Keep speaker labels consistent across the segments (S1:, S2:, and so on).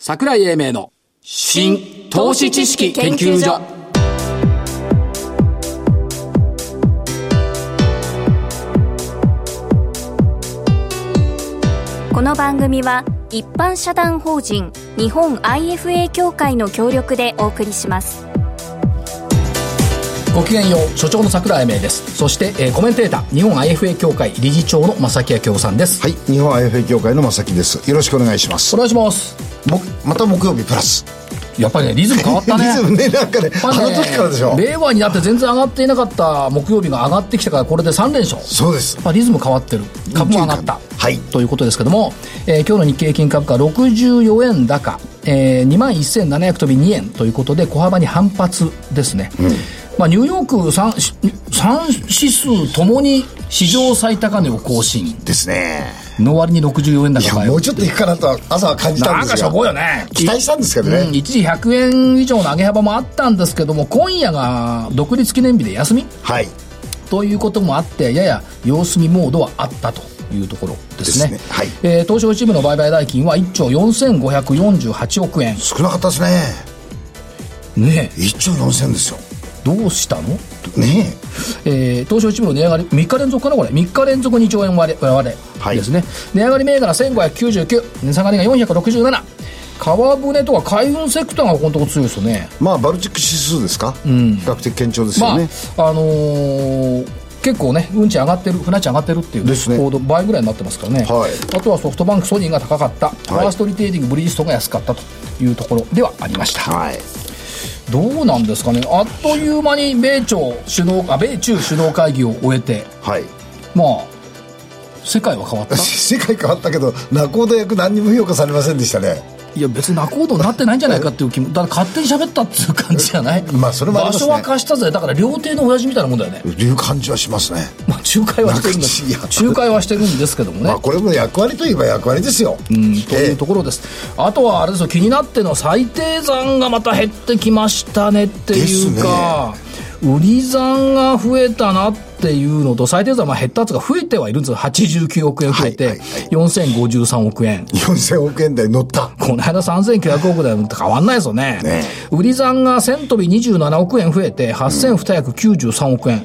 S1: 桜井英明の新投資知識研究所
S2: この番組は一般社団法人日本 IFA 協会の協力でお送りします
S1: ごきげんよう所長の桜井英明ですそして、えーコメンテーター日本 IFA 協会理事長の正木明夫さんです、
S3: はい日本 IFA 協会の正木ですよろしくお願いします
S1: お願いします
S3: もまた木曜日プラス
S1: やっぱりねリズム変わ ったね
S3: リズムねなんか
S1: や
S3: ね
S1: っ
S3: あ
S1: ぱ
S3: の
S1: ね
S3: 時からでしょ
S1: 令和になって全然上がっていなかった木曜日が上がってきたからこれで3連勝
S3: そうです
S1: やっぱリズム変わってる株も上がった、
S3: はい
S1: ということですけども、えー今日の日経平均株価64円高、えー、2万1700飛び2円ということで小幅に反発ですね、まあ、ニューヨーク 3, 指数ともに史上最高値を更新
S3: ですね
S1: の割に64円
S3: いや
S1: 高
S3: もうちょっといくかなとは朝は感じたん
S1: なん
S3: です
S1: か
S3: が
S1: しょぼいよね
S3: 期待したんですけど
S1: うん、
S3: ね、
S1: 一時100円以上の上げ幅もあったんですけども今夜が独立記念日で休み
S3: はい
S1: ということもあってやや様子見モードはあったというところですね
S3: ですねはい
S1: えー東証一部の売買代金は1兆4548億円
S3: 少なかったですね
S1: ねえ
S3: 1兆4000ですよ
S1: どうしたの、
S3: ね
S1: えー東証一部の値上がり3日連続かなこれ3日連続2兆円割れ割れ、
S3: はい
S1: ですね値上がり銘柄1599値下がりが467川船とか海運セクターがこのところ強いですよね
S3: えまあバルチック指数ですか、比較的堅調ですよね、
S1: まああのー結構ね、運賃上がってる、船賃上がってるっていう、
S3: ですね
S1: 行動倍ぐらいになってますからね、
S3: はい
S1: あとはソフトバンク、ソニーが高かった、ファーストリテイリング、ブリヂストンが安かったというところではありました。
S3: はい
S1: どうなんですかね、あっという間に米朝首脳あ米中首脳会議を終えて、
S3: はい
S1: まあ、世界は変わ った
S3: 世界変わったけど仲人役何にも評価されませんでしたね
S1: いや別に仲人になってないんじゃないかっていう気もだから勝手に喋ったっていう感じじゃない
S3: まあそれもありますね
S1: 場所は貸したぜだから料亭の親父みたいなもんだよね
S3: いう感じはしますね、
S1: まあ仲介はしてるんです
S3: なんか違う
S1: 仲介はしてるんですけどもね、
S3: まあこれも役割といえば役割ですよ、うん
S1: というところです、あとはあれですよ気になっての最低残がまた減ってきましたねっていうか、売り残が増えたなっていうのと最低残は減ったやつが増えてはいるんですよ89億円増えて、
S3: はいはいはい
S1: 4053億円
S3: 4000億円台乗った
S1: この間3900億台も変わんないですよね
S3: ね
S1: 売り残が1000飛び27億円増えて8293億円、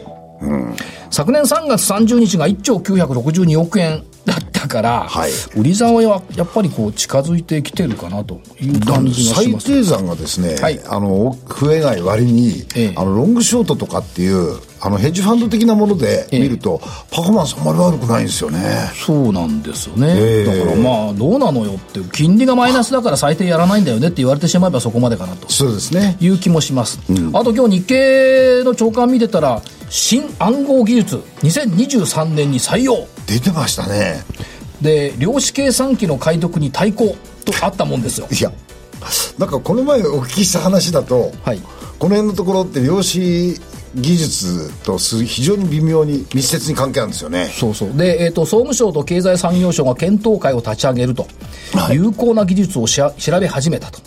S1: 昨年3月30日が1兆962億円だったから、
S3: はい
S1: 売り残はややっぱりこう近づいてきてるかなという感じがし
S3: 最
S1: ます
S3: 低算がですね、
S1: はい
S3: あの増えない割に、
S1: ええ
S3: あのロングショートとかっていうあのヘッジファンド的なもので見ると、パフォーマンスあんまり悪くないんですよね
S1: そうなんですよね、
S3: ええ
S1: だからまあどうなのよっていう金利がマイナスだから最低やらないんだよねって言われてしまえばそこまでかなと
S3: そうですね
S1: いう気もします、あと今日日経の長官見てたら新暗号技術2023年に採用
S3: 出てましたね
S1: で量子計算機の解読に対抗とあったもんですよ
S3: いやなんかこの前お聞きした話だと、
S1: はい
S3: この辺のところって量子技術とす非常に微妙に密接に関係あるんですよね
S1: そうそうで、えー、と総務省と経済産業省が検討会を立ち上げると、
S3: はい
S1: 有効な技術をしあ調べ始めたと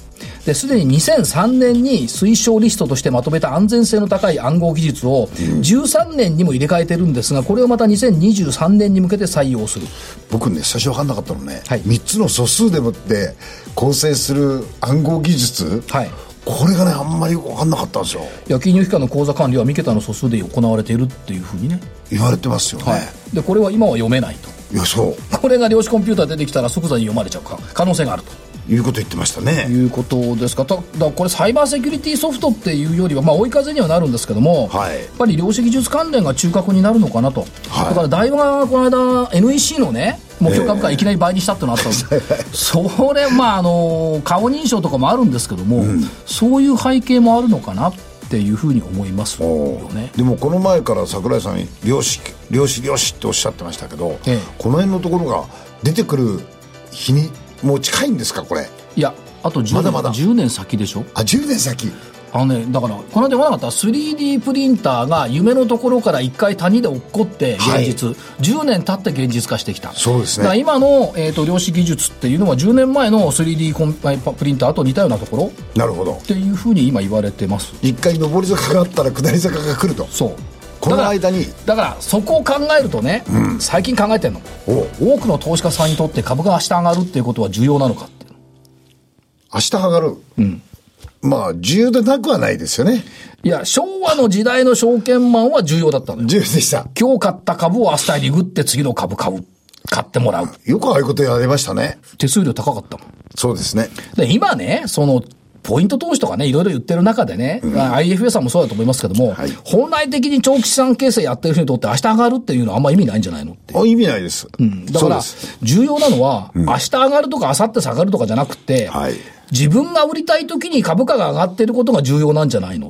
S1: ですでに2003年に推奨リストとしてまとめた安全性の高い暗号技術を13年にも入れ替えてるんですがこれをまた2023年に向けて採用する
S3: 僕ね最初分かんなかったのね、
S1: はい
S3: 3つの素数でもって構成する暗号技術、
S1: はい
S3: これがねあんまり分かんなかったんですよ
S1: いや金融機関の口座管理は3桁の素数で行われているっていうふうにね、
S3: 言われてますよね、
S1: でこれは今は読めないと
S3: い、やそう
S1: これが量子コンピューター出てきたら即座に読まれちゃうか可能性があると
S3: いうこと言ってましたね
S1: いうことですかただからこれサイバーセキュリティソフトっていうよりは、まあ、追い風にはなるんですけども、
S3: はい
S1: やっぱり量子技術関連が中核になるのかなと、
S3: はい
S1: だから大和がこの間 NEC のね目標株価いきなり倍にしたってのあったんです、 それまああの顔認証とかもあるんですけども、そういう背景もあるのかなっていうふうに思いますよね
S3: でもこの前から桜井さん漁師漁師漁師っておっしゃってましたけど、
S1: ええ
S3: この辺のところが出てくる日にもう近いんですかこれ
S1: いやあと10年
S3: まだまだ
S1: 10年先でしょ
S3: あ10年先
S1: あのね、だから、この間言わなかった 3D プリンターが夢のところから一回谷で落っこって現実、10年経って現実化してきた。
S3: そうですね
S1: だから今の、えー、と量子技術っていうのは10年前の 3D コンえープリンターと似たようなところっ
S3: なるほど
S1: ていうふうに今言われてます。
S3: 一回上り坂があったら下り坂が来ると
S1: そう。
S3: この
S1: だから
S3: 間に
S1: だからそこを考えるとね、最近考えてるの
S3: お
S1: 多くの投資家さんにとって株が明日上がるっていうことは重要なのかっていう
S3: 明日上がる。まあ、重要でなくはないですよね。
S1: いや、昭和の時代の証券マンは重要だったのよ。
S3: 重要でした。
S1: 今日買った株を明日リグって次の株買う。買ってもらう。
S3: よくああいうことやりましたね。
S1: 手数料高かったもん。
S3: そうですね。
S1: で、今ね、その、ポイント投資とかね、いろいろ言ってる中でね、まあ IFA さんもそうだと思いますけども、
S3: はい
S1: 本来的に長期資産形成やってる人にとって明日上がるっていうのはあんま意味ないんじゃないのって。
S3: あ意味ないです。
S1: だ
S3: そ
S1: か
S3: う
S1: ら
S3: です。、
S1: 重要なのは、明日上がるとか明後日下がるとかじゃなくて、
S3: はい
S1: 自分が売りたい時に株価が上がってることが重要なんじゃないの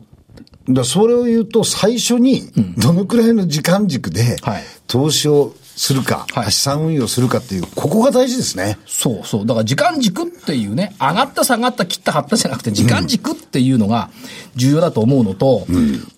S3: だからそれを言うと、最初に、どのくらいの時間軸で
S1: はい、
S3: 投資をするか、
S1: はい
S3: 資産運用するかっていう、ここが大事で すね。
S1: そうそう。だから時間軸っていうね、上がった下がった切った張ったじゃなくて、時間軸っていうのが重要だと思うのと、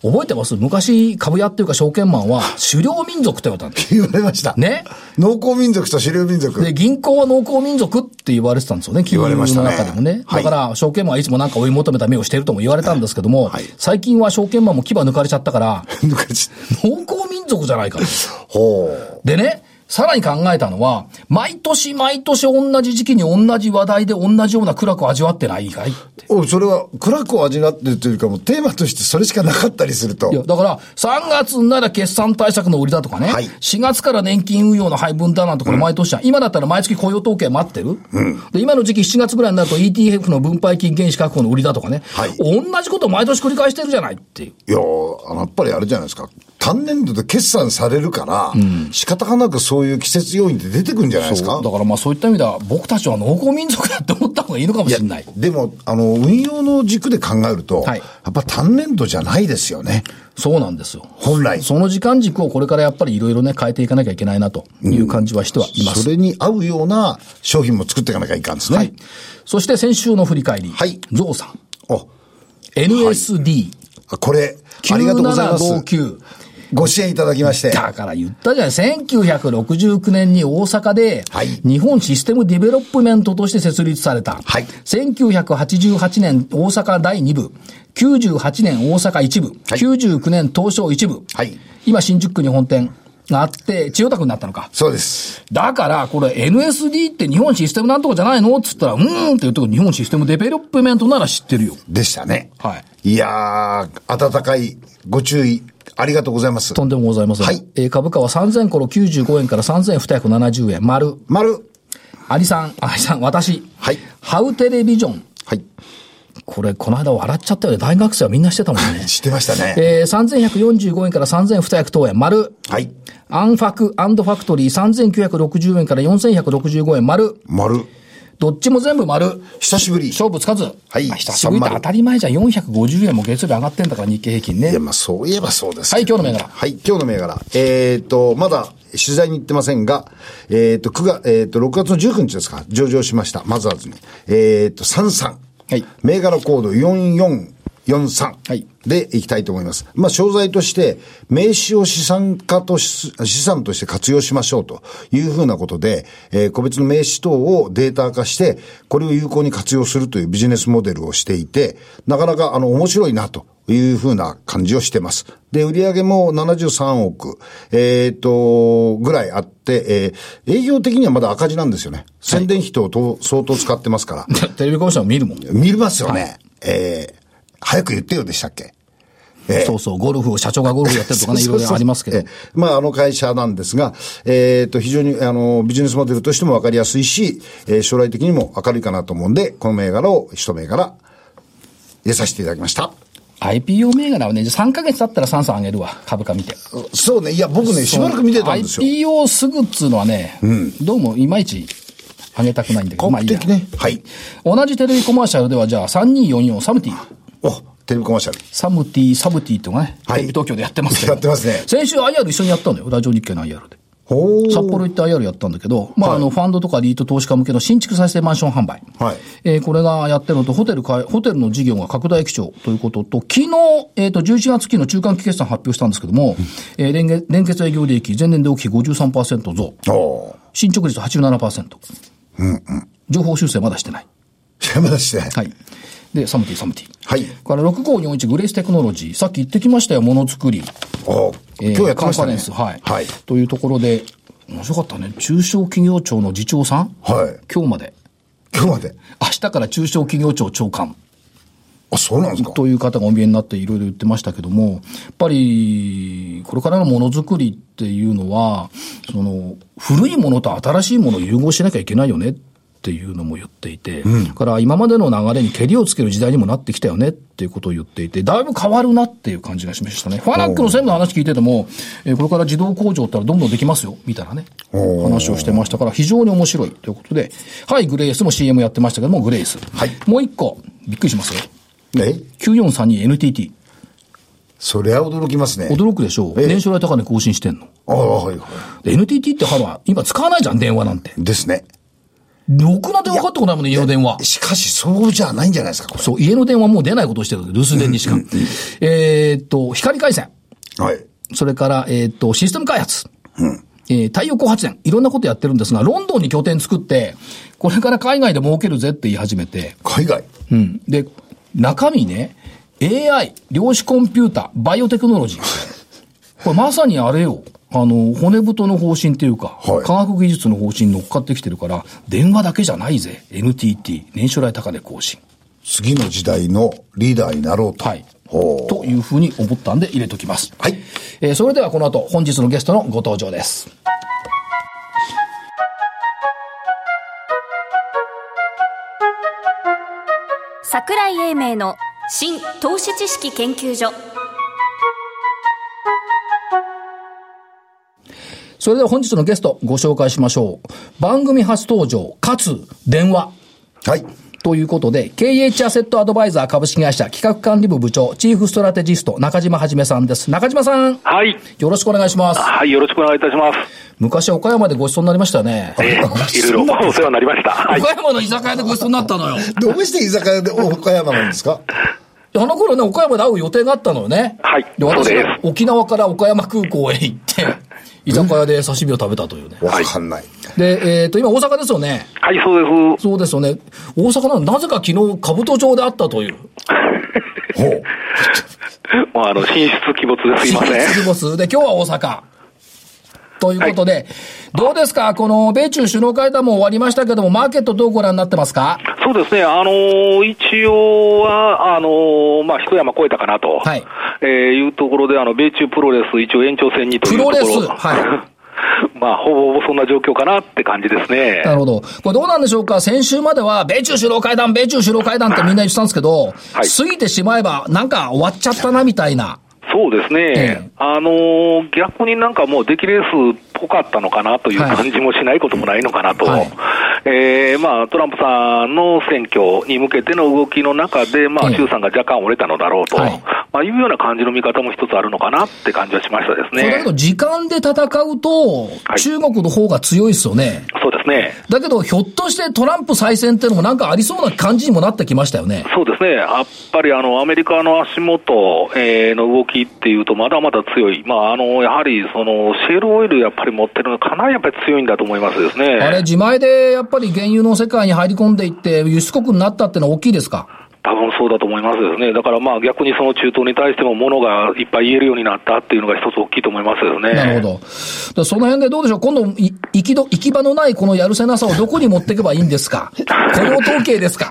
S1: 覚えてます昔株屋っていうか証券マンは狩猟民族って言われたんだよ
S3: 言われました。
S1: ね。
S3: 農耕民族と狩猟民族。
S1: で、銀行は農耕民族って言われてたんですよね、金
S3: 言わ
S1: 融
S3: れ
S1: の
S3: ましたね
S1: 中でもね。
S3: はい
S1: だから、証券マンはいつもなんか追い求めた目をしているとも言われたんですけども、
S3: はい
S1: 最近は証券マンも牙抜かれちゃったから、
S3: 抜かれち
S1: 農耕民族じゃないかと。
S3: ほう。
S1: でね、さらに考えたのは、毎年毎年同じ時期に同じ話題で同じような苦楽を味わってないかいって。
S3: おそれは、苦楽を味わってるというか、もうテーマとしてそれしかなかったりすると
S1: い。や、だから、3月になら決算対策の売りだとかね、
S3: はい
S1: 4月から年金運用の配分だなんてこれ毎年じゃん。今だったら毎月雇用統計待ってる、で、今の時期7月ぐらいになると ETF の分配金原資確保の売りだとかね、
S3: はい
S1: 同じことを毎年繰り返してるじゃないっていう。
S3: いやーあのやっぱりあれじゃないですか。単年度で決算されるから、仕方がなくそういう季節要因って出てくるんじゃないですか。
S1: だからまあそういった意味では、僕たちは農耕民族だって思った方がいいのかもしれない。
S3: でも、あの、運用の軸で考えると、
S1: はい
S3: やっぱ単年度じゃないですよね。
S1: そうなんですよ。
S3: 本来。
S1: その時間軸をこれからやっぱりいろいろね、変えていかなきゃいけないなという感じはしてはいます。
S3: それに合うような商品も作っていかなきゃいかんですね。
S1: はい。そして先週の振り返り。
S3: はい
S1: ゾウさん。
S3: お
S1: NSD。
S3: あこれ、ありがとうございます。
S1: 9759。
S3: ご支援いただきまして。
S1: だから言ったじゃない。1969年に大阪で
S3: はい、
S1: 日本システムディベロップメントとして設立された。
S3: はい
S1: 1988年大阪第2部、98年大阪1部、
S3: はい
S1: 99年東証1部。
S3: はい
S1: 今新宿区に本店があって、千代田区になったのか。
S3: そうです。
S1: だから、これ NSD って日本システムなんとかじゃないのっつったら、うーんって言うと日本システムデベロップメントなら知ってるよ。
S3: でしたね。。
S1: はい
S3: いやー、温かいご注意、ありがとうございます。
S1: とんでもございません。
S3: はい
S1: えー株価は3000頃95円から3270円。丸。
S3: 丸。
S1: アリさん、アリさん、私。
S3: はい
S1: ハウテレビジョン。
S3: はい。
S1: これ、この間笑っちゃったよね。大学生はみんなしてたもん ね。
S3: 知ってましたね。
S1: えー、3145円から3200円。丸。
S3: はい。
S1: アンファク、アンドファクトリー3960円から4165円。丸。
S3: 丸。
S1: どっちも全部丸。
S3: 久しぶり。
S1: 勝負つかず。
S3: はい
S1: まあ久しぶりって
S3: 30
S1: 当たり前じゃん。450円も月曜日上がってんだから日経平均
S3: い
S1: ね
S3: や、。まあ、そういえばそうです。
S1: はい今日の銘柄
S3: はい、今日の銘柄。えっ、と、まだ取材に行ってませんが、えっ、と、9月、えっ、と、6月の19日ですか、上場しました。マザーズに。えっ、と、33。
S1: はい
S3: 銘柄コード4443。
S1: はい
S3: で、いきたいと思います。まあ、商材として、名刺を資産化とし、資産として活用しましょうというふうなことで、えー個別の名刺等をデータ化して、これを有効に活用するというビジネスモデルをしていて、なかなか、あの、面白いなというふうな感じをしてます。で、売上も73億、えっ、と、ぐらいあって、えー営業的にはまだ赤字なんですよね。宣伝費等をと相当使ってますから。
S1: テレビコマーシャル見るもん。
S3: 見れますよね。えー早く言ってよでしたっけ
S1: そうそう、ゴルフを、社長がゴルフやってるとかね、い
S3: そ
S1: ろ
S3: う
S1: い
S3: そう
S1: ろ
S3: そう
S1: ありますけど
S3: え。えまあ、あの会社なんですが、えっ、と、非常に、あの、ビジネスモデルとしても分かりやすいし、えー将来的にも明るいかなと思うんで、この銘柄を一銘柄入れさせていただきました。
S1: IPO 銘柄はね、3ヶ月経ったら3三上げるわ。株価見て。
S3: そうね、いや、僕ね、しばらく見てたんですよ。
S1: IPO すぐっつうのはね、どうもいまいち上げたくないんだけど、まあい
S3: 国
S1: いや
S3: 的。ね。はい。
S1: 同じテレビコマーシャルでは、じゃあ3244サムティ。
S3: お、テレビコマーシ ャル。
S1: サムティ、サムティとかね、
S3: は
S1: テ
S3: い
S1: レビ東京でやってますけど。
S3: やってますね
S1: 先週 IR 一緒にやったのよ。ラジオ日経の IR で。
S3: ほー
S1: 札幌行って IR やったんだけど、まあ、あの、ファンドとかリート投資家向けの新築再生マンション販売。
S3: はい
S1: えーこれがやってるのと、ホテルか、ホテルの事業が拡大基調ということと、昨日、えっ、と、11月期の中間期決算発表したんですけども、えー連月、連結営業利益、前年同期比53%増、
S3: おー
S1: 進捗率87%。うんうん。情報修正まだしてない。
S3: 山田氏ね。
S1: はい。で、サムティ、サムティ。
S3: はい。
S1: から6541グレーステクノロジー。さっき言ってきましたよ、ものづくり。
S3: おー
S1: えー
S3: 今日やってました
S1: カンファレ
S3: ね
S1: ン。ス、はい。
S3: はい。
S1: というところで、面白かったね。中小企業庁の次長さん
S3: はい
S1: 今日まで。
S3: 今日まで。
S1: 明日から中小企業庁長官
S3: あ、そうなんですか。
S1: という方がお見えになっていろいろ言ってましたけども、やっぱり、これからのものづくりっていうのは、その、古いものと新しいものを融合しなきゃいけないよねっていうのも言っていて、だから今までの流れにけりをつける時代にもなってきたよねっていうことを言っていて、だいぶ変わるなっていう感じがしましたね。ファナックの専務の話聞いてても、えーこれから自動工場ったらどんどんできますよ、みたいなね、話をしてましたから、非常に面白いということで、はい、グレースも CM やってましたけども、グレース。もう一個、びっくりしますよ。
S3: え
S1: 9432NTT。
S3: そりゃ驚きますね。
S1: 驚くでしょう。
S3: ええ
S1: 年初来高値更新してんの。
S3: ああ、はいは
S1: で NTT ってほら、今使わないじゃん、電話なんて。
S3: い。ですね。
S1: ろくな電話かかってこないもんね、家の電話。
S3: しかし、そうじゃないんじゃないですか、こ
S1: そう、家の電話もう出ないことをしてる。留守電にしか。えーっと、光回線。
S3: れ。はい。
S1: それから、えーっと、システム開発。えー太陽光発電。いろんなことやってるんですが、ロンドンに拠点作って、これから海外で儲けるぜって言い始めて。
S3: 海外。
S1: うん。で、中身ね、AI、量子コンピュータ、バイオテクノ ロジー。これまさにあれよ。あの、骨太の方針っていうか、
S3: はい
S1: 科学技術の方針に乗っかってきてるから、電話だけじゃないぜ。NTT、年初来高値更新。
S3: 次の時代のリーダーになろうと。
S1: はい。
S3: ほう
S1: というふうに思ったんで入れときます。
S3: はい。
S1: えーそれではこの後、本日のゲストのご登場です。
S2: 桜井英明の新投資知識研究所
S1: それでは本日のゲストご紹介しましょう。番組初登場、かつ、電話。
S3: はい。
S1: ということで、KH アセットアドバイザー株式会社企画管理部部長、チーフストラテジスト、中島はじめさんです。中島さん、
S4: はい。
S1: よろしくお願いします。
S4: はい、よろしくお願いいたします。
S1: 昔は岡山でご馳走になりましたね。
S4: えー、いろいろお世話になりました。はい。
S1: 岡山の居酒屋でご馳走になったのよ。
S3: どうして居酒屋で岡山なんです か
S1: あの頃ね、岡山で会う予定があったのよね。
S4: はい
S1: で、
S4: そう
S1: 私
S4: です
S1: が沖縄から岡山空港へ行って、居酒屋で刺身を食べたというね。
S3: わかんない。
S1: で、えっ、と、今大阪ですよね。
S4: はい、そうで
S1: そうですよね。大阪なのになぜか昨日、兜町で会ったという。
S3: ほう。
S4: す。もうあの、進出鬼没ですいません。
S1: ボスで、今日は大阪。ということで、どうですかこの米中首脳会談も終わりましたけども、マーケットどうご覧になってますか
S4: そうですね、あのー一応は、あのーまあ、一山越えたかなと、
S1: はい
S4: えーいうところで、あの、米中プロレス一応延長戦にという
S1: プロ
S4: ところ。
S1: レスは
S4: まあ、ほぼほぼそんな状況かなって感じですね。
S1: なるほど。これどうなんでしょうか先週までは、米中首脳会談、米中首脳会談ってみんな言ってたんですけど、
S4: はい
S1: 過ぎてしまえば、なんか終わっちゃったな、みたいな。
S4: そうですね、
S1: ええ
S4: あのー逆になんかもう出来レースっぽかったのかなという
S1: はい
S4: 感じもしないこともないのかなと、
S1: はい
S4: えーまあ、トランプさんの選挙に向けての動きの中で、まあ、
S1: ええ
S4: 衆参が若干折れたのだろうと、
S1: はい
S4: まあ、いうような感じの見方も一つあるのかなって感じはしましたです
S1: それだ
S4: ね
S1: け。ど、時間で戦うと、
S4: はい
S1: 中国の方が強いですよね。
S4: そうですね。
S1: だけど、ひょっとしてトランプ再選っていうのもなんかありそうな感じにもなってきましたよね。
S4: そうですね、やっぱりあのアメリカの足元、えーの動きっていうと、まだまだ強い、まあ、あのやはりそのシェールオイルやっぱり持ってるの、かなりやっぱり強いんだと思いますですね。
S1: あれ、自前でやっぱり原油の世界に入り込んでいって、輸出国になったってのは大きいですか
S4: 多分そうだと思いますですね。だからまあ逆にその中東に対しても物がいっぱい言えるようになったっていうのが一つ大きいと思いますですね。
S1: なるほど。でその辺でどうでしょう今度、い行きど、行き場のないこのやるせなさをどこに持っていけばいいんです か雇用統計ですか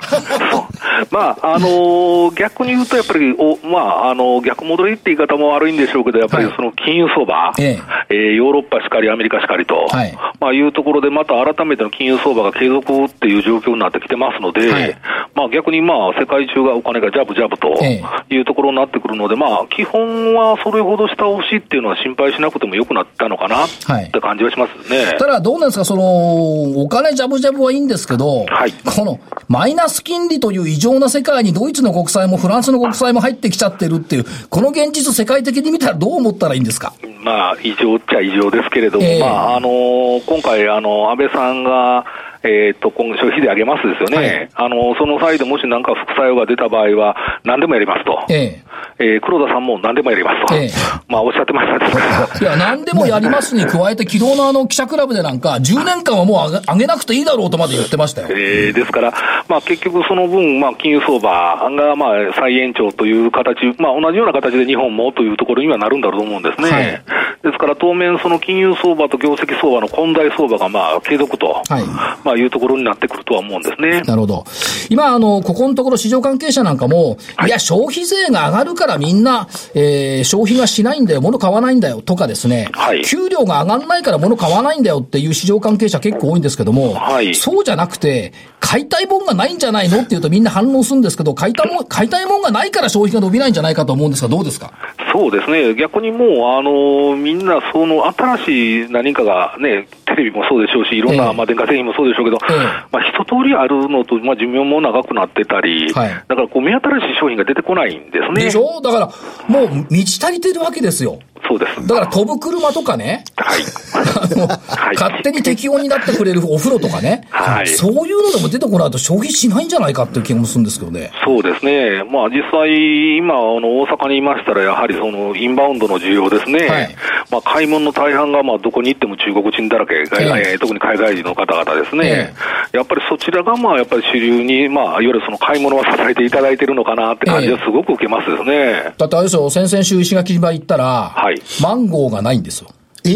S4: まあ、あのー逆に言うとやっぱりお、まあ、あのー逆戻りって言い方も悪いんでしょうけど、やっぱり
S1: はい
S4: その金融相場、
S1: え
S4: えーヨーロッパしかりアメリカしかりと、
S1: はい
S4: まあいうところでまた改めての金融相場が継続っていう状況になってきてますので、
S1: はい
S4: まあ逆にまあ世界中がお金がジャブジャブと
S1: え
S4: いうところになってくるので、まあ基本はそれほど下押しっていうのは心配しなくても良くなったのかなっ
S1: はい
S4: て感じはしますね。
S1: ただ、どうなんですかその、お金ジャブジャブはいいんですけど、
S4: はい
S1: この、マイナス金利という異常な世界にドイツの国債もフランスの国債も入ってきちゃってるっていう、この現実世界的に見たらどう思ったらいいんですか
S4: まあ、異常っちゃ異常ですけれども、
S1: ええ
S4: まあ、あの今回、あの、安倍さんが、えっと、今後消費税上げますですよね。あのその際でもしなんか副作用が出た場合は、何でもやりますと。え
S1: え
S4: ー黒田さんも何でもやりますと。
S1: ええ
S4: まあ、おっしゃってましたです から。
S1: え。いや、何でもやりますに加えて、昨日のあの記者クラブでなんか、10年間はもう上げ上げなくていいだろうとまで言ってましたよ。
S4: えーですから、まあ、結局、その分、まあ、金融相場がまあ再延長という形、まあ、同じような形で日本もというところにはなるんだろうと思うんですね。
S1: はい
S4: ですから、当面、その金融相場と業績相場の混在相場がまあ継続と、
S1: はい
S4: まあ、あ、いうところになってくるとは思うんですね。
S1: なるほど。今、あの、ここのところ市場関係者なんかも、い、や、消費税が上がるからみんな、えー消費がしないんだよ、物買わないんだよ、とかですね、
S4: はい
S1: 給料が上がらないから物買わないんだよっていう市場関係者結構多いんですけども、
S4: はい
S1: そうじゃなくて、買いたいもんがないんじゃないのっていうとみんな反応するんですけど、買いたいもん、買いたいもんがないから消費が伸びないんじゃないかと思うんですが、どうですか
S4: そうですね、逆にもう、あのみんな、その新しい何かがね、テレビもそうでしょうし、いろんな、
S1: ええ
S4: まあ、電化製品もそうでしょうけど、
S1: ええ
S4: まあ、一通りあるのと、まあ、寿命も長くなってたり、
S1: はい
S4: だからこう目新しい商品が出てこないんですね。
S1: でしょだから、もう満ち足りてるわけですよ。
S4: そうです。
S1: だから飛ぶ車とかね、
S4: はい。
S1: あの
S4: はい
S1: 勝手に適温になってくれる お風呂とかね、
S4: はい
S1: そういうのでも出てこないと消費しないんじゃないかっていう気もするんですけどね。
S4: そうですね、まあ、実際、今、あの大阪にいましたら、やはりそのインバウンドの需要ですね、
S1: はい
S4: まあ、買い物の大半がまあどこに行っても中国人だらけ、海外
S1: ええ
S4: 特に海外人の方々です
S1: え
S4: ね、やっぱりそちらがまあやっぱり主流に、まあ、いわゆるその買い物を支えていただいてるのかなって感じはすごく受けますですね。
S1: だってあれですよ、先々週石垣島行ったら、
S4: はい
S1: マンゴーがないんですよ。
S3: え
S4: え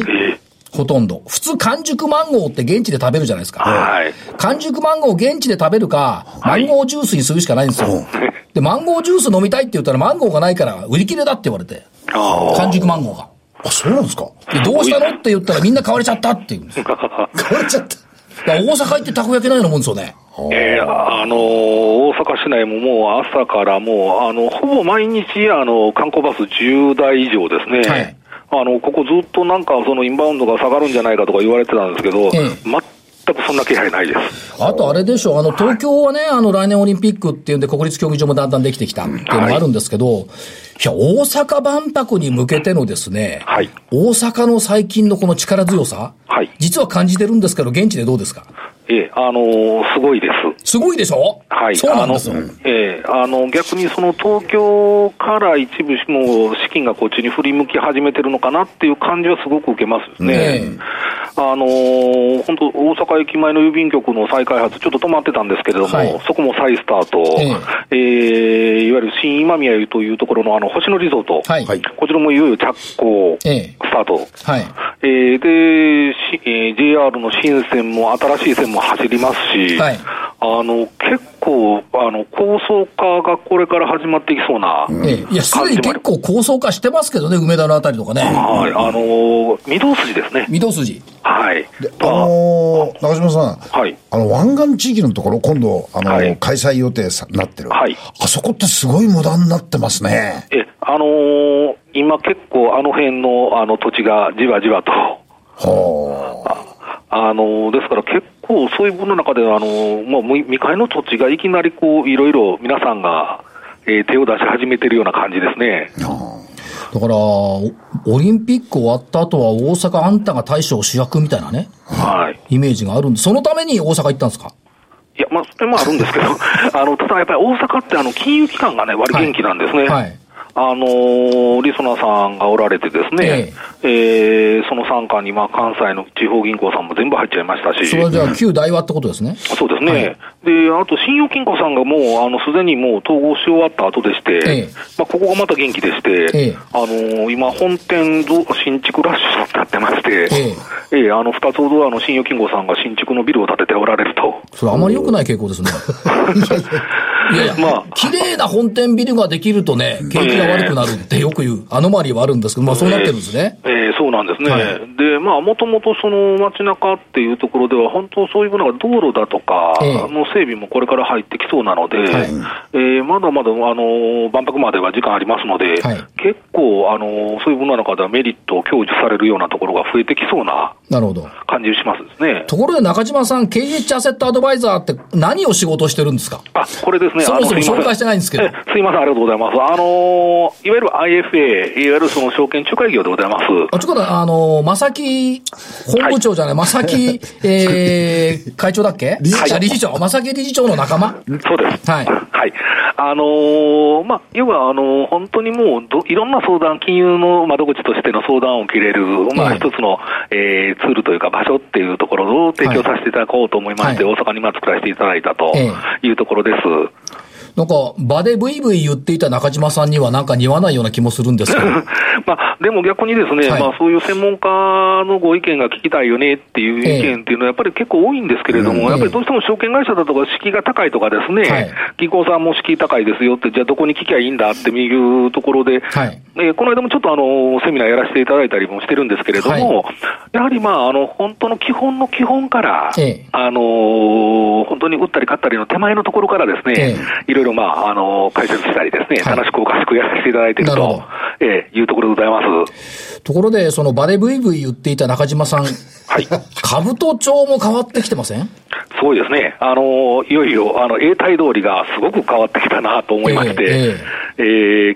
S1: ほとんど。普通完熟マンゴーって現地で食べるじゃないですか。
S4: はい
S1: 完熟マンゴーを現地で食べるか、マ
S4: はい
S1: ンゴージュースにするしかないんですよ。で、マンゴージュース飲みたいって言ったら、マンゴーがないから売り切れだって言われて、
S4: あ
S1: 完熟マンゴーが。
S3: あ、そうなんですか
S1: で、どうしたのって言ったらみんな買われちゃったって言うんですよ。だか
S3: 買われちゃった。
S1: ら大阪行ってたこ焼きないようなもんですよね。
S4: ーえーあのー大阪市内ももう朝からもう、あの、ほぼ毎日、あの、観光バス10台以上ですね。
S1: はい
S4: あの、ここずっとなんか、そのインバウンドが下がるんじゃないかとか言われてたんですけど、
S1: ええ
S4: 全くそんな気配ないです。
S1: あとあれでしょ、あの、東京はね、あの、来年オリンピックっていうんで、国立競技場もだんだんできてきたっていうのもあるんですけど、いや、大阪万博に向けてのですね、
S4: はい
S1: 大阪の最近のこの力強さ、
S4: はい
S1: 実は感じてるんですけど、現地でどうですか
S4: ええ、あのーすごいです。
S1: すごいでしょ
S4: はい。
S1: そうなんですよ。
S4: あのええ、あの、逆にその東京から一部もう資金がこっちに振り向き始めてるのかなっていう感じはすごく受けますね。
S1: ええ
S4: あのー本当大阪駅前の郵便局の再開発、ちょっと止まってたんですけれども、
S1: はい
S4: そこも再スタート。ええいわゆる新今宮というところのあの、星野リゾート。
S1: はい
S3: はい
S4: こちらもいよいよ着工、
S1: ええ
S4: スタート。
S1: はい。
S4: えーで、しえー JR の新線も新しい線も走りますし、
S1: はい
S4: あの結構あの、高層化がこれから始まっていきそうな感
S1: え
S4: じ
S1: えいや、すでに
S4: も
S1: 結
S4: あり
S1: 構高層化してますけどね、梅田のあたりとかね。
S4: はい、あのー御堂筋ですね。
S1: 御堂筋。
S4: はい。
S3: で、あのー中島さん。
S4: はい
S3: あの、湾岸地域のところ、今度、あのー
S4: はい
S3: 開催予定さなってる。
S4: はい
S3: あそこってすごい無駄になってますね。
S4: え、あのー今結構あの辺のあの土地がじわじわと、
S3: はあ。
S4: あのーですから結構そういう分の中で、あのーもう未未開の土地がいきなりこう、いろいろ皆さんが、えー手を出し始めてるような感じですね。
S1: だから、おオリンピック終わった後は大阪あんたが大将主役みたいなね、
S4: はい。
S1: イメージがあるんで、そのために大阪行ったんですか
S4: いや、まあ、それもあるん ですけど、あの、ただやっぱり大阪って、あの、金融機関がね、割り元気なんですね。
S1: はいはい
S4: あのーリソナさんがおられてですね、えーその傘下に、まあ、関西の地方銀行さんも全部入っちゃいましたし、
S1: それはじゃあ旧大和ってことですね。
S4: そうですね、で、あと、信用金庫さんがもう、あの、すでにもう統合し終わった後でして、
S1: ええ
S4: まあ、ここがまた元気でして、
S1: ええ
S4: あのー今、本店ぞ新築ラッシュになってまして、
S1: え
S4: ええあの、二つほど、あの、信用金庫さんが新築のビルを建てておられると。
S1: それあまり良くない傾向です ね。いやいや、
S4: まあ
S1: 綺麗な本店ビルができるとね、景気が悪くなるってよく言う、アノマリーはあるんですけど、まあそうなってるんですね。
S4: ええそうなんですね。
S1: はい
S4: で、まあ、もともとその街中っていうところでは、本当そういうものが道路だとか
S1: ええ
S4: の整備もこれから入ってきそうなので、
S1: はい
S4: ええまだまだ、あの、万博までは時間ありますので、
S1: はい
S4: 結構、あの、そういうものの中ではメリットを享受されるようなところが増えてきそうな
S1: なるほど。
S4: 感じしますですね。
S1: ところで中島さん、KH アセットアドバイザーって何を仕事してるんですか
S4: あ、これですね。
S1: そもそも
S4: あのすいませ
S1: 紹介してないんですけど
S4: ええすいません、ありがとうございます。あの、いわゆる IFA、いわゆるその証券仲介業でございます。
S1: あ、ちょっとあの、正木本部長じゃない、正木、え ー、会長だっけ理
S4: 事長
S1: 理事長。正木理事長の仲間
S4: そうです。
S1: はい
S4: あのーまあ、要は、あのー本当にもうど、いろんな相談、金融の窓口としての相談を受けれる、ま
S1: は
S4: あ、
S1: い
S4: 一つの、えーツールというか場所っていうところを提供させていただこうと思いまして、
S1: は
S4: 大阪に今作らせていただいたと
S1: え
S4: いうところです。
S1: だなんか、場でブイブイ言っていた中島さんにはなんか似合わないような気もするんですけど。
S4: まあ、でも逆にですね、
S1: はい
S4: まあ、そういう専門家のご意見が聞きたいよねっていう意見っていうのは、やっぱり結構多いんですけれども、やっぱりどうしても証券会社だとか、敷居が高いとかですね、
S1: はい
S4: 銀行さんも敷居高いですよって、じゃあ、どこに聞きゃいいんだっていうところで、
S1: はい
S4: えーこの間もちょっとあのセミナーやらせていただいたりもしてるんですけれども、やはり、まあ、あの本当の基本の基本から、
S1: ええ
S4: あのー本当に打ったり勝ったりの手前のところからですね、
S1: え
S4: いろいろ、まああの解説したりですね、
S1: はい
S4: 楽しくおかしくやらせていただいてる
S1: なるほ
S4: と
S1: ど。
S4: ええ、いうところでございます。
S1: ところで、その場でブイブイ言っていた中島さん、
S4: はい。
S1: 株と調も変わってきてません
S4: すごいですね。あの、いよいよ、あの、永代通りがすごく変わってきたなと思いまして、
S1: え
S4: え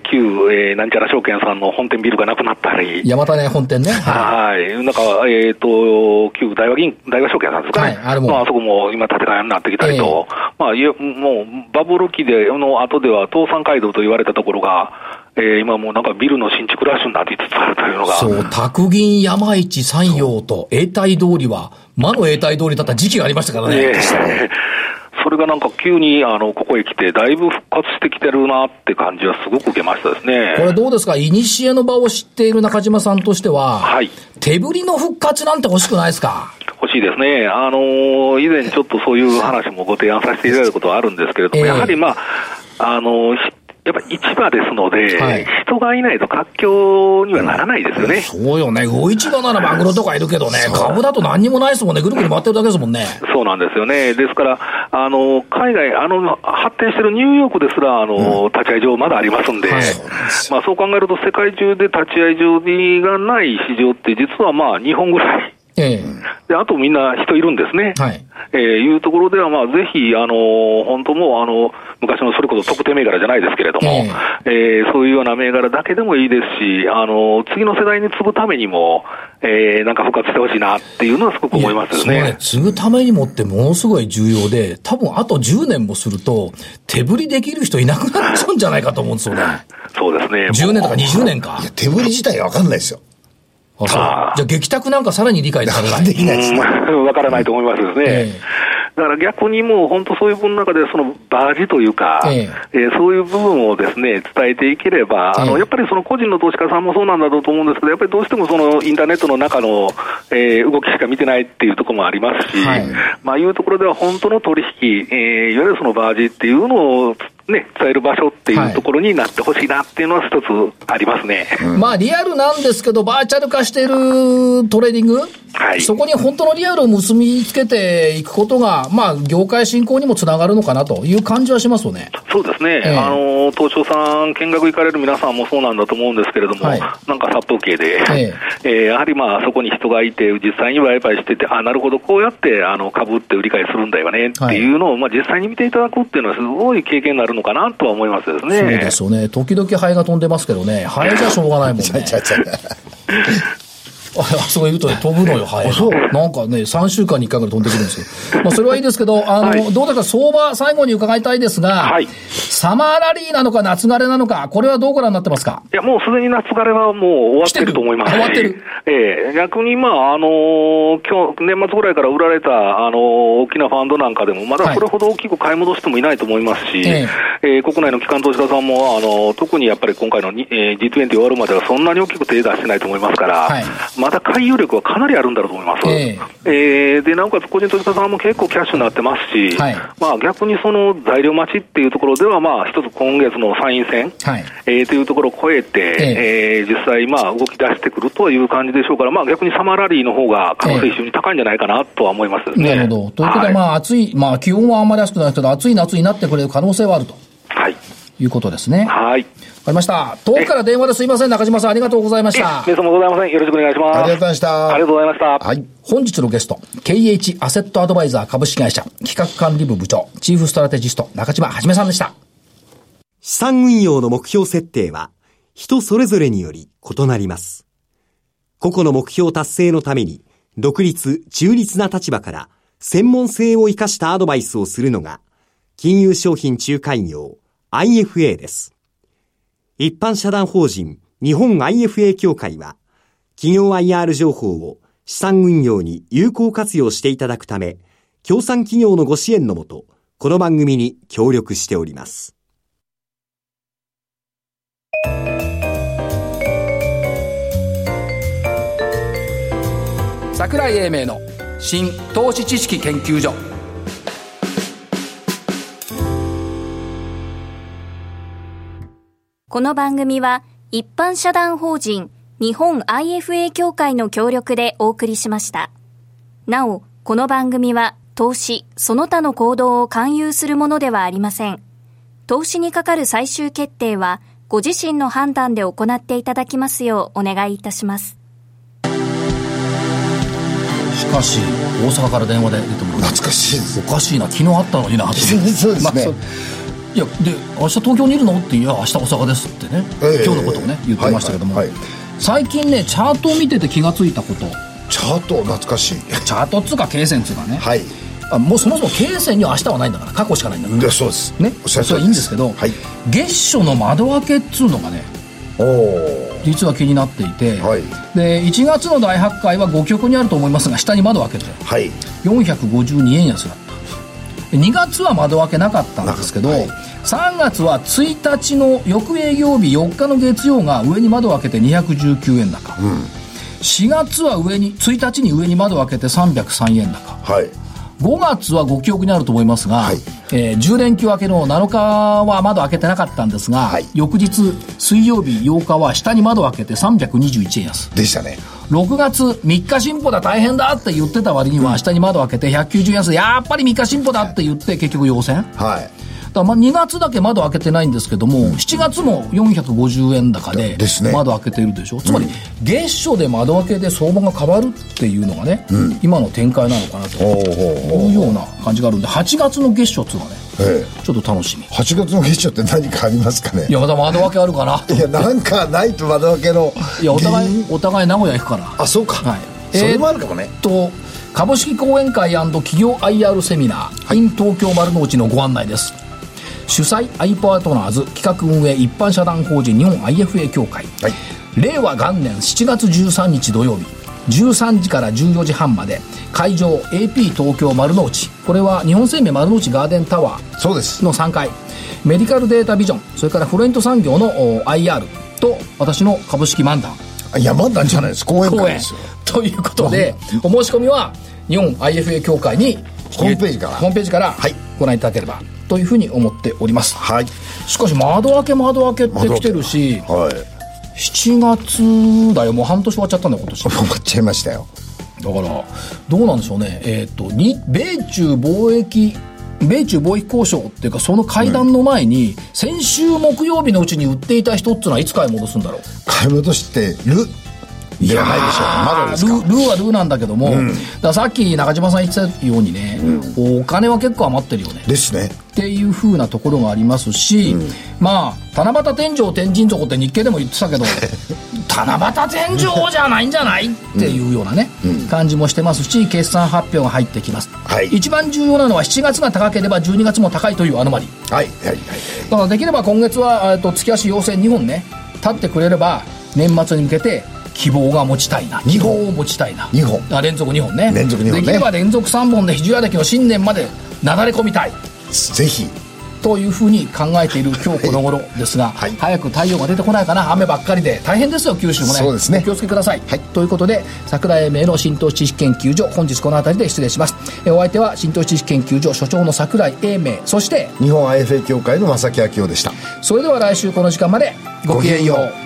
S4: ー旧、えーなんちゃら証券さんの本店ビルがなくなったり、
S1: 山田ね本店ね。は
S4: はい。なんか、えっ、と、旧大和銀、大和証券さんですかね。
S1: はいあれも
S4: まあ、あそこも今建て替えになってきたりと、まあ、いえもう、バブル期で、の後では、東山街道と言われたところが、えー今もうなんかビルの新築ラッシュになっていつつあるというの
S1: い
S4: が、
S1: そう、卓銀山市山陽と永代通りは、魔の永代通りだった時期がありましたからね。
S4: ええそれがなんか急にあのここへ来て、だいぶ復活してきてるなって感じはすごく受けましたですね。
S1: これどうですか古の場を知っている中島さんとしては、
S4: はい
S1: 手振りの復活なんて欲しくないですか
S4: 欲しいですね。あの以前ちょっとそういう話もご提案させていただいたことはあるんですけれども、
S1: ええ
S4: やはりまあ、あのひやっぱ市場ですので、
S1: はい
S4: 人がいないと活況にはならないですよね。
S1: そうよね。魚市場ならマグロとかいるけどね、株だと何にもないですもんね。ぐるぐる回ってるだけですもんね。
S4: そうなんですよね。ですから、あの、海外、あの、発展してるニューヨークですら、あの、立ち会い場まだありますんで、
S1: はい
S4: まあそう考えると世界中で立ち会い場がない市場って実はまあ日本ぐらい。
S1: え
S4: で、あとみんな人いるんですね。
S1: え。はい。
S4: えーいうところでは、まあ、ぜひ、あの、本当もう、あの、昔のそれこそ特定銘柄じゃないですけれども、えーそういうような銘柄だけでもいいですし、あの、次の世代に継ぐためにも、えーなんか復活してほしいなっていうのはすごく思いますよ
S1: いやそう
S4: ね
S1: ね。。継ぐためにもってものすごい重要で、多分あと10年もすると、手振りできる人いなくなっちゃうんじゃないかと思うんですよね。
S4: そうですね。
S1: 10年とか20年か。
S3: いや、手振り自体がわかんないですよ。
S1: あそうじゃあ、激託なんかさらに理解されな
S3: で
S1: い。
S3: きないですね。
S4: うん、わからないと思いますですね。
S1: ええ
S4: だから逆にもう本当そういう分の中でそのバージというか、
S1: え
S4: えーそういう部分をですね、伝えていければ、あ
S1: え
S4: の、
S1: え
S4: やっぱりその個人の投資家さんもそうなんだろうと思うんですけど、やっぱりどうしてもそのインターネットの中の、えー動きしか見てないっていうところもありますし、
S1: はい
S4: まあいうところでは本当の取引、えーいわゆるそのバージっていうのをね、伝える場所っていうところになってほしいなっていうのは一つありますね。
S1: まあリアルなんですけど、バーチャル化しているトレーディング、
S4: はい
S1: そこに本当のリアルを結びつけていくことが、まあ業界振興にもつながるのかなという感じはしますよね。
S4: そうですね、
S1: ええ
S4: あの東証さん、見学行かれる皆さんもそうなんだと思うんですけれども、
S1: はい
S4: なんか殺風景で、
S1: え
S4: えーやはりまあそこに人がいて、実際に売買してて、あなるほど、こうやってあの株って売り買いするんだよねっていうのを、まあ、実際に見ていただくっていうのは、すごい経験になるのかなとは思いますですね。
S1: そうですよね。時々ハエが飛んでますけどね、ハエじゃしょうがないもんね。
S3: ちゃちゃ
S1: あそう言うとね、飛ぶのよ、ハエ。そう。なんかね、3週間に1回ぐらい飛んでくるんですよ。まあ、それはいいですけど、あの、
S4: はい
S1: どうですか、相場、最後に伺いたいですが、
S4: はい
S1: サマーラリーなのか、夏枯れなのか、これはどうご覧になってますか
S4: いや、もうすでに夏枯れはもう終わってると思いますし。
S1: 終わってる
S4: ええ逆にまあ、あのー今日、年末ぐらいから売られた、あのー大きなファンドなんかでも、まだ
S1: はい
S4: これほど大きく買い戻してもいないと思いますし、
S1: え
S4: ええ国内の機関投資家さんも、あのー特にやっぱり今回のに、えー G20 終わるまではそんなに大きく手出してないと思いますから、
S1: はい
S4: まだ回遊力はかなりあるんだろうと思います。
S1: え
S4: ええで、なおかつ個人投資家さんも結構キャッシュになってますし、
S1: はい
S4: まあ逆にその材料待ちっていうところでは、まあ一つ今月の参院選、
S1: はい。
S4: えーというところを超えて、
S1: え
S4: えー実際、まあ、動き出してくるという感じでしょうから、まあ、逆にサマーラリーの方が可能性非常に高いんじゃないかなとは思います、ね、
S1: なるほど。ということで、
S4: はい
S1: まあ、暑い、まあ、気温はあんまり暑くないですけど、暑い夏になってくれる可能性はあると
S4: はい、
S1: いうことですね。わか
S4: はい、
S1: りました。遠くから電話ですいません、中島さん、ありがとうございまし
S4: え
S1: た。
S4: 皆様ございません、よろしくお願いします。
S3: ありがとうございました
S4: ありがとうございました。
S3: はい。
S1: 本日のゲスト、KH アセットアドバイザー株式会社、企画管理部部長、チーフストラテジスト、中島はじめさんでした。
S5: 資産運用の目標設定は人それぞれにより異なります。個々の目標達成のために独立、中立な立場から専門性を生かしたアドバイスをするのが金融商品仲介業 IFA です。一般社団法人日本 IFA 協会は企業 IR 情報を資産運用に有効活用していただくため、協賛企業のご支援のもと、この番組に協力しております。
S1: 桜井英明の新投資知識研究所
S2: この番組は一般社団法人日本 IFA 協会の協力でお送りしました。なお、この番組は投資、その他の行動を勧誘するものではありません。投資にかかる最終決定はご自身の判断で行っていただきますようお願いいたします。
S1: しかし大阪から電話で出てもらう
S3: 懐かしいです
S1: おかしいな昨日あったのにな
S3: そうですね
S1: いやで明日東京にいるのって「いや明日大阪です」ってね、
S3: ええ
S1: 今日のことをね言ってましたけども、
S3: はいはいはい
S1: 最近ねチャートを見てて気がついたこと
S3: チャート懐 かしい
S1: チャートっつうか経線っつうかね、
S3: はい
S1: あもうそもそも経線には明日はないんだから過去しかないんだから
S3: でそうです
S1: ね
S3: おっし
S1: そ
S3: ゃ
S1: れ
S3: る通
S1: は
S3: り
S1: いいんですけど、
S3: はい
S1: 月初の窓開けっつうのがね
S3: おお
S1: 実は気になっていて、
S3: はい
S1: で1月の大発会は5局にあると思いますが下に窓開けて
S3: はい
S1: 452円安だった2月は窓開けなかったんですけど、
S3: なかっ
S1: 3月は1日の翌営業日4日の月曜が上に窓開けて219円高、4月は上に1日に上に窓開けて303円高
S3: はい
S1: 5月はご記憶にあると思いますが、
S3: はい
S1: えー10連休明けの7日は窓開けてなかったんですが、
S3: はい
S1: 翌日水曜日8日は下に窓開けて321円安
S3: でしたね
S1: 6月3日進歩だ大変だって言ってた割には下に窓開けて190円安でやっぱり3日進歩だって言って結局要選だか
S3: は
S1: らまあ2月だけ窓開けてないんですけども、7月も450円高で
S3: ですね
S1: 窓開けてるでしょ、つまり月初で窓開けで相場が変わるっていうのがね、今の展開なのかなと
S3: いおお
S1: こういうような感じがあるんで8月の月初っつうのがね
S3: ええ
S1: ちょっと楽しみ
S3: 8月の月初って何かありますかね
S1: いやまだ窓開けあるかない
S3: やなんかないと窓開けの
S1: いやお互
S3: 原
S1: い
S3: 因
S1: お互い名古屋行くから
S3: あそうか、
S1: はい
S3: それもあるかもね、
S1: と株式講演会企業 IR セミナー in 東京丸の内のご案内です主催 i パートナーズ企画運営一般社団法人日本 IFA 協会、
S3: はい
S1: 令和元年7月13日土曜日13時から14時半まで会場 AP 東京丸の内これは日本生命丸の内ガーデンタワー
S3: そうです
S1: の3階メディカルデータビジョンそれからフロイント産業のお IR と私の株式漫談
S3: あ山なんじゃないです公演
S1: 公
S3: 会
S1: 演
S3: ですよ
S1: ということでお申し込みは日本 IFA 協会に
S3: ホームページから
S1: ホームページから
S3: はい
S1: ご覧いただければというふうに思っております
S3: はい
S1: しかし窓開け窓開けって来てるし
S3: はい
S1: 7月だよもう半年終わっちゃったんだよ今年
S3: 終わっちゃいましたよ
S1: だからどうなんでしょうねえっ、とに米中貿易米中貿易交渉っていうかその会談の前に、先週木曜日のうちに売っていた人っていうのはいつ買い戻すんだろう
S3: 買い戻してるではないでしょうまだ
S1: ル
S3: ですか
S1: ールーはルーなんだけども、だからさっき中島さん言ってたようにね、お金は結構余ってるよね
S3: ですね
S1: っていう風なところがありますし、まあ七夕天井天神底って日経でも言ってたけ ど七夕天井じゃないんじゃないっていうようなね、感じもしてますし決算発表が入ってきます、
S3: はい
S1: 一番重要なのは7月が高ければ12月も高いというアノマリー
S3: はいはいはい
S1: だからできれば今月は、えっと、月足要請2本ね立ってくれれば年末に向けて希望が持ちたいな希望を持ちたいな
S3: 二本
S1: あ連続2本ね
S3: 連続二本ね
S1: できれば連続3本で肘やだけの新年までなだれ込みたい
S3: ぜひ
S1: というふうに考えている今日この頃ですが、
S3: はい
S1: 早く太陽が出てこないかな雨ばっかりで大変ですよ九州もね
S3: そうですね
S1: お気をつけください、
S3: はい
S1: ということで桜井英明の浸透知識研究所本日この辺りで失礼しますえお相手は浸透知識研究所所長の桜井英明そして
S3: 日本 IFA 協会の正木明夫でした
S1: それでは来週この時間までごきげんよう